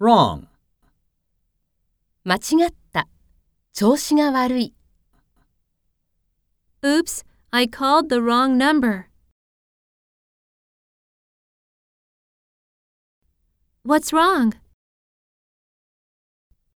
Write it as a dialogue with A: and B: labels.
A: wrong,
B: 間違った。調子が悪い。
C: Oops, I called the wrong number. What's wrong?